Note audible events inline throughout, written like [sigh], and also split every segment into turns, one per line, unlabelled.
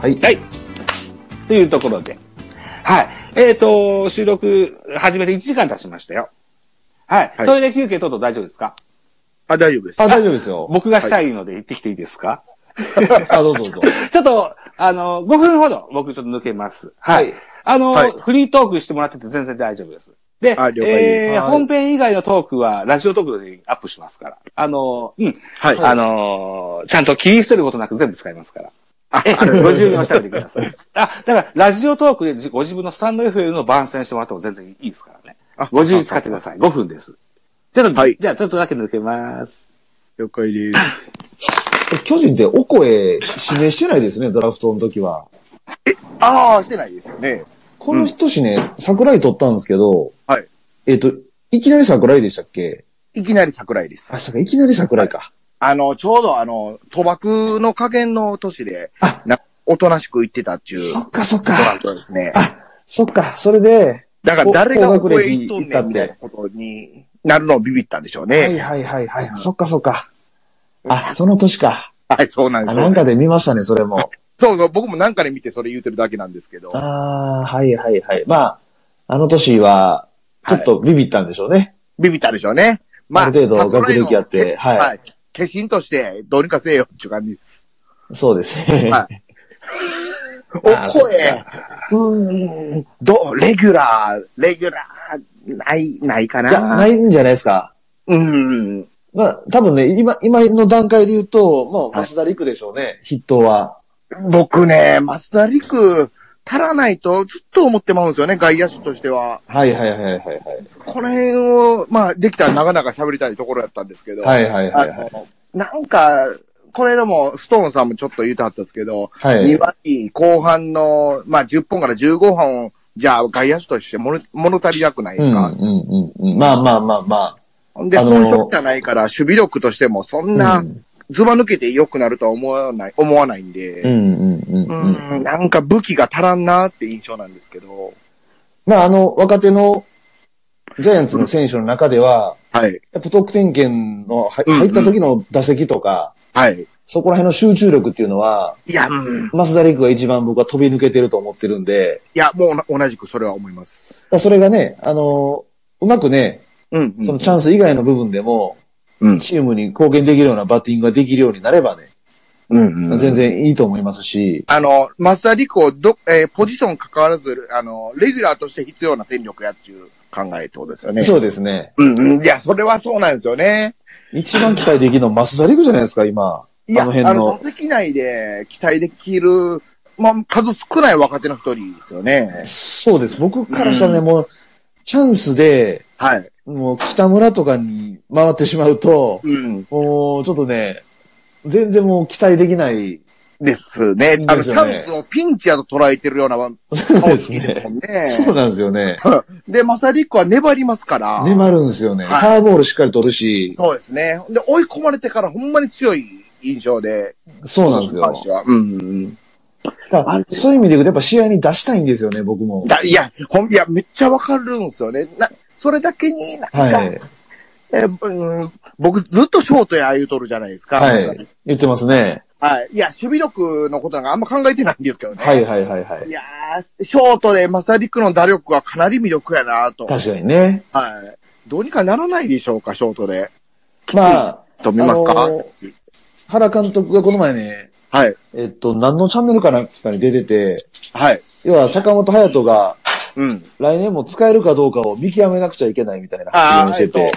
はい。
はい。というところで。はい。えっ、と、収録始めて1時間経ちましたよ。はい。
はい
トイレ休憩等々大丈夫ですか
あ、大丈夫です。
あ、大丈夫ですよ。
僕がしたいので行ってきていいですか、
あ、どうぞどうぞ。
[laughs] ちょっと、あの、5分ほど僕ちょっと抜けます。はい。
はい
あの、
はい
フリートークしてもらってて全然大丈夫です。で、
あ了解です
えー
はい
本編以外のトークはラジオトークでアップしますから。あの、うん。
はい。
あのーちゃんと切り捨てることなく全部使いますから。えご自由におっしゃってください。 [laughs] あ、だから、ラジオトークでじご自分のスタンド FM の番宣してもらっても全然いいですからね。
あ
ご自由に使ってください。5分です。ちょっと、
はい
じゃあちょっとだけ抜けます。
了解です。
え巨人ってオコエ指名してないですね、ドラフトの時は。
ああ、してないですよね。
この人しね、桜井取ったんですけど、
はい。
えっ、と、いきなり桜井でしたっけ
いきなり桜井で
あ、
す。
そうか、いきなり桜井か。
あの、ちょうどあの、賭博の加減の年で
あ、
な、おとなしく行ってたっていう
そっかそっ
トラン
か。
プですね。
あ、そっか、それで、
だから誰がここへ行っと
高学
ん
歴行っ
ね
たって
んみたいなことになるのをビビったんでしょう
はい
ね。
はいはいはい。そっかそっか。あ、その年か。
[laughs] はい、そうなんで
あ、
す
な
よ
ん。かで見ましたね、それも。
そうそう、僕もなんかで見てそれ言うてるだけなんですけど。
ああ、はいはいはい。まあ、あの年は、ちょっとビビったんでしょうね。
ビビったでしょうね。
ある程度学歴あっ
桜井の
てはい
はい。化身として、どうにかせえよっていう感じです。
そうですね。
は
[laughs]
お
あー
声、うーん、どう、レギュラー、レギュラー、ない、ないかな。
いや、ないんじゃないですか。
うーん。
まあ、多分ね、今、今の段階で言うと、まあ、
はい
増田陸でしょうね、筆頭は。
僕ね、松田陸、足らないとずっと思ってまうんですよね、外野手としては。
はいはいはいはいはい。
この辺を、まあ、できたら長々喋りたいところやったんですけど。
はいはいはいはい。
あの、なんか、これでも、ストーンさんもちょっと言うてはったんですけど、
はい
2割後半の、まあ、10本から15本、じゃあ、外野手として物物足りなくないで
うん
す
う
か。
んうんうん。まあまあまあま
ほんで、
あのー
遜色じゃないから、守備力としても、そん
あ。
な
う、ん
ズバ抜けて良くなるとは思わない、思わないん
う
で、
んうんうん
う
うん。
ん、なんか武器が足らんなって印象なんですけど、
まああの、若手のジャイアンツの選手の中では、
はい、
やっぱ得点圏のは
うんうん
入った時の打席とか、
はい。
そこら辺の集中力っていうのは、
いや、うん、い
増田陸が一番僕は飛び抜けてると思ってるんで、
や、もう同じくそれは思います。
だからそれがね、あの、うまくね、
うん、うん
そのチャンス以外の部分でも、
うん、
チームに貢献できるようなバッティングができるようになればね、
うん、うん。
全然いいと思いますし、
あの、松田陸をど、えーポジション関わらず、あの、レギュラーとして必要な戦力やっていう考えってことですよね。
そうですね。
うんうん。いや、それはそうなんですよね。
一番期待できるのは増田陸じゃないですか、今。
いや、
あ
あ
の
の
辺の
打席内で期待できる、まあ、数少ない若手の一人ですよね。
そうです。僕からしたらね、もう、チャンスで、
はい。
もう北村とかに回ってしまうと、
うん。
もうちょっとね、全然もう期待できない。
ですね。あ
で
の、
す
チ
よ
ャ
ね
ンスをピンチやと捉えてるような顔つきですもんね。
そうなんですよね。
で、マサリックは粘りますから。
粘るんですよね。フ
はい
ァーボールしっかり取るし、
そうですね。で、追い込まれてからほんまに強い印象で。
そうなんですよ
この。人はうんうん。
だからそういう意味で言うと、やっぱ試合に出したいんですよね、僕も。
だ、いや、ほん、いや、めっちゃわかるんですよね。な、それだけに、なんか、
はい。
えーうん、僕ずっとショートや言うとるじゃないですか。
はい。言ってますね。
はい。いや、守備力のことなんかあんま考えてないんですけどね。
はいはいはいはい
い。やー、ショートでマサリックの打力はかなり魅力やなと。
確かにね。
はい。どうにかならないでしょうか、ショートで。
まあ、
と思いますか、
あのー原監督がこの前ね、
はい。
えっと、何のチャンネルかなんかに出てて、
はい。
要は坂本隼人が
うん。
来年も使えるかどうかを見極めなくちゃいけないみたいな発
あ
言し
ー、え
て
っ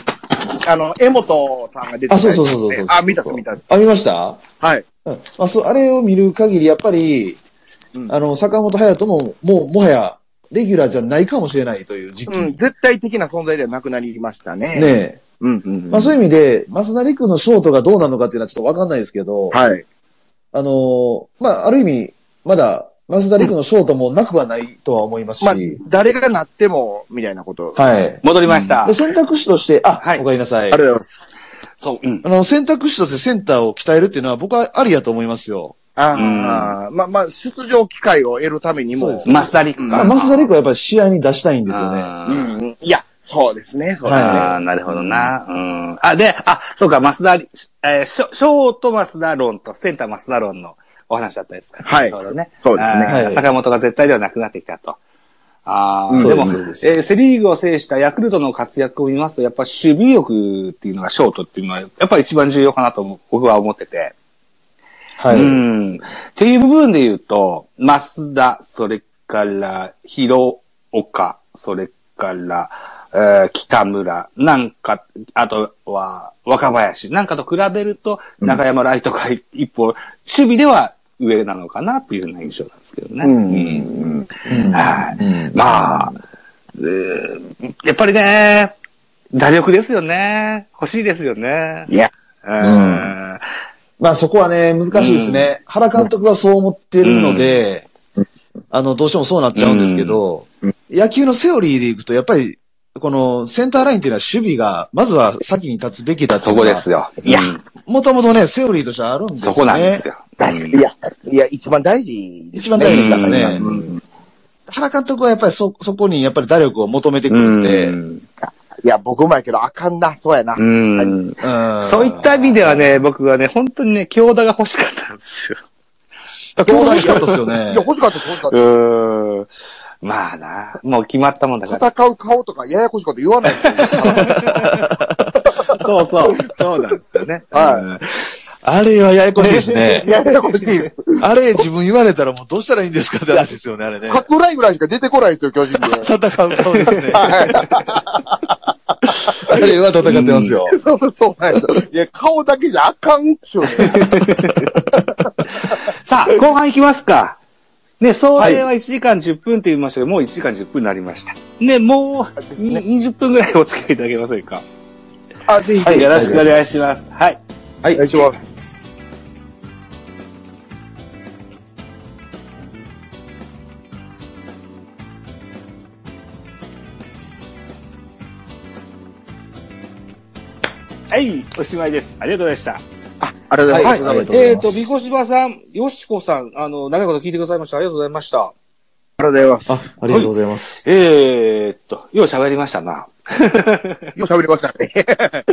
と
て。、
あの、江本さんが出てた
あ、そうそうそうそうそう
やつですねあ、見たっす見たっす。
あ、見ました
はい。
うん。まあ、そう、あれを見る限り、やっぱり、
うん
あの、坂本隼人も、もう、もはや、レギュラーじゃないかもしれないという時期。
うん、絶対的な存在ではなくなりましたね。
ねえ。
うんうんうん。
まあ、そういう意味で、増田陸のショートがどうなのかっていうのはちょっとわかんないですけど、
はい。
あのーまあ、ある意味、まだ、増田陸のショートもなくはないとは思います
まあ
し、、
誰がなっても、みたいなこと。
は
あり
い。
戻りました
で、。選択肢として、あ、
はい
おかえりなさい。
がとうございます。
そう、うん。
あの、選択肢としてセンターを鍛えるっていうのは僕はありやと思いますよ。
ああ、まあまあ、出場機会を得るために
そう
も
で。す
マスダリック
ま
か。
あ、増田陸はやっぱり試合に出したいんですよね。
あ
う
ー
んうん、いや、そうですね、そうですね。
ああ、なるほどな。うん。あ、で、あ、そうか、マスダ、えーショショートマスダ論とセンターマスダ論のお話だったですから。
はい
ちょうどね。
そうですね
あー
はい
坂本が絶対ではなくなってきたと。ああ、
そ
で
うで
も、え
すそう
ーセリーグを制したヤクルトの活躍を見ますと、やっぱ守備力っていうのがショートっていうのは、やっぱり一番重要かなと思う僕は思ってて。
はい。
うん。っていう部分で言うと、増田、それから、広岡、それから、えー北村、なんか、あとは、若林、なんかと比べると、中山ライトが一歩、守備では上なのかなっていうような印象なんですけどね。
うんうん。
うん
はい
うん
まあ、えーやっぱりね、打力ですよね。欲しいですよね。
いや、
うん。
まあそこはね、難しいですね。原監督はそう思ってるので、あの、どうしてもそうなっちゃうんですけど、野球のセオリーでいくと、やっぱり、このセンターラインっていうのは守備が、まずは先に立つべきだと
そこです。よ。
いや
うん
もともとね、セオリーとしてはあるんですよ
そ
ね。
こなんですよ。
確かに。いや、いや、一番大事です
一番大事ですね
うん
うん
原監督はやっぱりそ、そこにやっぱり打力を求めてくるんで、うん。
いや、僕もやけど、あかんな、そうやな。
うんそういった意味ではね、僕はね、本当にね、強打が欲しかったんですよ。
だから欲しかったです
[laughs]
よね
いや、。欲しかった、欲しかっ
う
た。
ーん。 [laughs] まあな、もう決まったもんだから。
戦う顔とかややこしいこと言わない。
[laughs] そうそう、そうなんです [laughs] よね。
はい。
うん
あれはややこしいですね
ややこしいです。
あれ自分言われたらもうどうしたらいいんですかって話ですよね、
[laughs]
あれね。
桜井ぐらいしか出てこないですよ、巨人で。
戦う顔ですね。あれは戦ってますよ。
そう、そうなんですよいや、顔だけじゃあかんっちゅうね。
さあ、後半いきますか。ね、総例は1時間10分って言いましたけど、もう1時間10分になりました。ね、もう
ですね
20分ぐらいお付き合いいただけませんか。
あ、ぜひ、
はい、よろしくお願い
す。
します。はい。
はい、お願いします。
はい、おしまいです。ありがとうございました。
ありがとうござ
はい
い
ます。
ありがとうござ
え
い
っ、
ま
と、
す
みこしばさん、よしこさん、あの、長いこと聞いてくださいました。ありがとうございました。
ありがとうございます。
あ、ありがとうございます。
えー、っと、よう喋りましたな。
よく喋りましたね。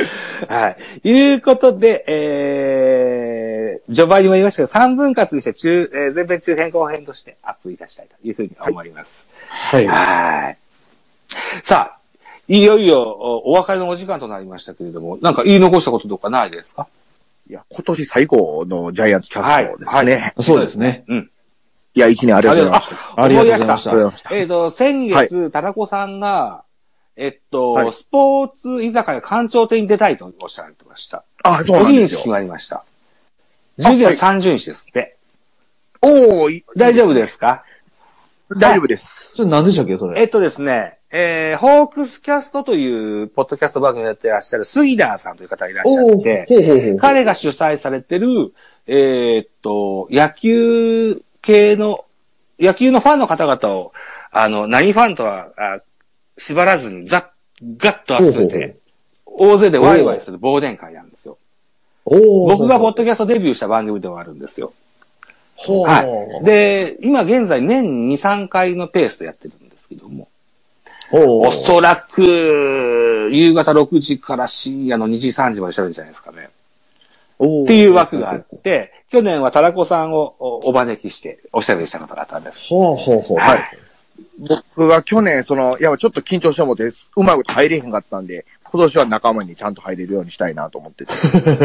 はい。いうことで、えー、序盤にも言いましたけど、3分割にして中、えー前編中編後編としてアップいたしたいというふうに思います。
はい。
はい。さあ、いよいよおお別れのお時間となりましたけれども、なんか言い残したこととかないですか
いや、今年最後のジャイアンツキャストですね。い、
そうですね。
や、一年ありがとうございました。
ありがとうございまし
ありがとうございま
た。
した。
えっ、と、先月、田中さんが、えっと、
はい
スポーツ居酒屋館長店に出たいとおっしゃられてました。
あ、そうなん
時
で
に
す
決
よ。
まりました。12月30日ですって。
おー、い
大丈夫ですか
大丈夫です。
それ何でしたっけ、そ
え
れ。
っとですね、えー、ホークスキャストという、ポッドキャスト番組をやってらっしゃる、スギダーさんという方がいらっしゃ
お
っ
おー
て、
ほうほうほう。
彼が主催されてる、えーっと、野球系の、野球のファンの方々を、あの、何ファンとは、あ縛らずに、ざっ、ガッと集めて、大勢でワイワイする忘年会なんですよ。
お
僕がポッ
と
ドキャストデビューした番組ではあるんですよ。
ほう。
はい。で、今現在年に2、3回のペースでやってるんですけども、
お
おそらく、夕方6時から深夜の2時、3時まで喋るんじゃないですかね。
お
っていう枠があって、去年はタラコさんをおお招きしておしゃべりしたことがあったんです。
ほうほうほう。
はい
僕が去年、その、いや、ちょっと緊張してもって、うまいこと入れへんかったんで、今年は仲間にちゃんと入れるようにしたいなと
[laughs]
思ってて。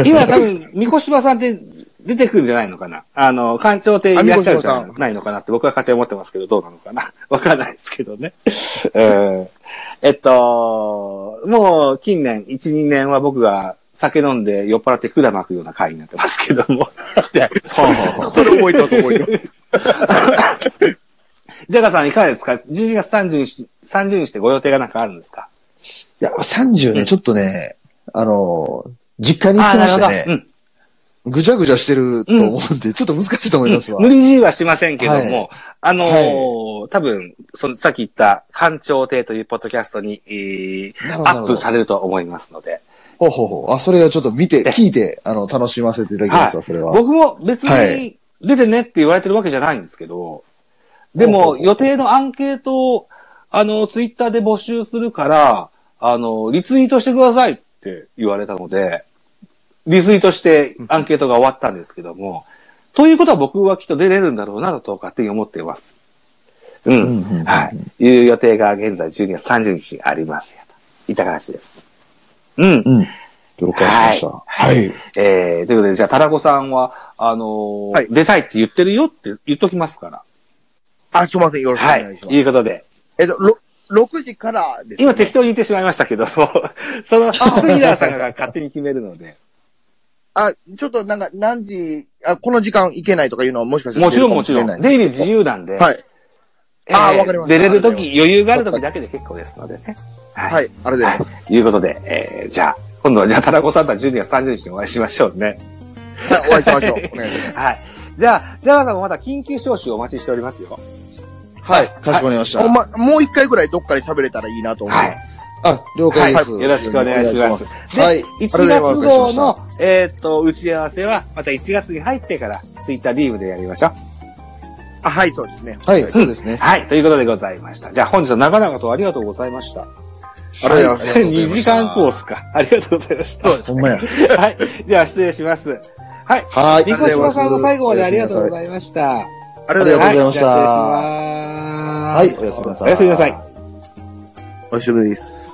今多分、三越島さんって出てくるんじゃないのかなあの、館長っていらっしゃるんじ
あ
ゃ
三越島さ
ないのかなって僕は勝手に思ってますけど、どうなのかな [laughs] わからないですけどね。 [laughs] うんえっと、もう近年、1、2年は僕が酒飲んで酔っ払って管巻くような会になってますけども。 [laughs]
そそれ覚えてたと思います。
ジャガさんいかがですか ?12 月30日、30日でご予定がなんかあるんですか
いや、30ね、ちょっとね、あの、実家に行ってまして
う
ね、
ん。
ぐちゃぐちゃしてると思うんで、ちょっと難しいと思いますわ。
無理強いはしませんけども、あのー
は
多分、その、さっき言った、官庁亭というポッドキャストに、えー
なるほど
アップされると思いますので。
ほうほうほう。あ、それはちょっと見て、聞いて、あの、楽しませていただきますわ、それは。
僕も別
は
に
い、
出てねって言われてるわけじゃないんですけど、でも、予定のアンケートを、あの、ツイッターで募集するから、あの、リツイートしてくださいって言われたので、リツイートしてアンケートが終わったんですけども、ということは僕はきっと出れるんだろうなと勝手に思っています。うん。
うんうんうん
はい。いう予定が現在12月30日にありますよ。といった話です。うん。
うん。了解しました。
は
はいい。
えー、ということで、じゃあ、タラコさんは、あのー
はい
出たいって言ってるよって言っときますから。
あ、すいません。よろしくお
はい。
願いします。
いうことで。
えっと、ろ6時からです、ね。
今適当に言ってしまいましたけども、 [laughs] そ
[laughs]
の、杉田さんが勝手に決めるので。
あ、ちょっとなんか何時、あ、この時間行けないとかいうのはもしかしたら
もちろん
出
も
るか
ちろ
しれ
ん。
ない
出入り自由なんで。
は
え
い。
ー
あーわかりまし
出
た
れるとき、余裕があるときだけで結構ですのでね。はい
はい。ありがとうございます。
ということで、えー、じゃあ、今度はじゃあ、タラコさんとは12月30日にお会いしましょうね。
はい。お会いしましょう。お願いしま
はい。じゃあ、じゃあ、また緊急招集お待ちしておりますよ。
す。はい。
かしこまりました。
ほんま、もう一回ぐらいどっかで喋れたらいいなと思います。
あ、了解です、
はいよろしくお願いしますで
はい。
1
あり
月
がとうございま
号
す
の、えーっと、打ち合わせは、また1月に入ってから、ツイッター DM でやりましょう。
あ、はい、そうですね。
はい、そうですね。
はい。ということでございました。じゃあ、本日は長々とありがとうございました。
ありがとうございます。
[laughs] はいありがとうござい
2
まし
時
た
間コースか。ありがとうございました。
ほんまや。
はい。では、失礼します。はい。
はい。
三越島さんの最後までありがとうご
い
ざいました。
ありが
ま
とうんご
せ
ざいます。
ありがとうございました
はい
はいおやすみなさい
おやすみなさい。
お久しぶりです。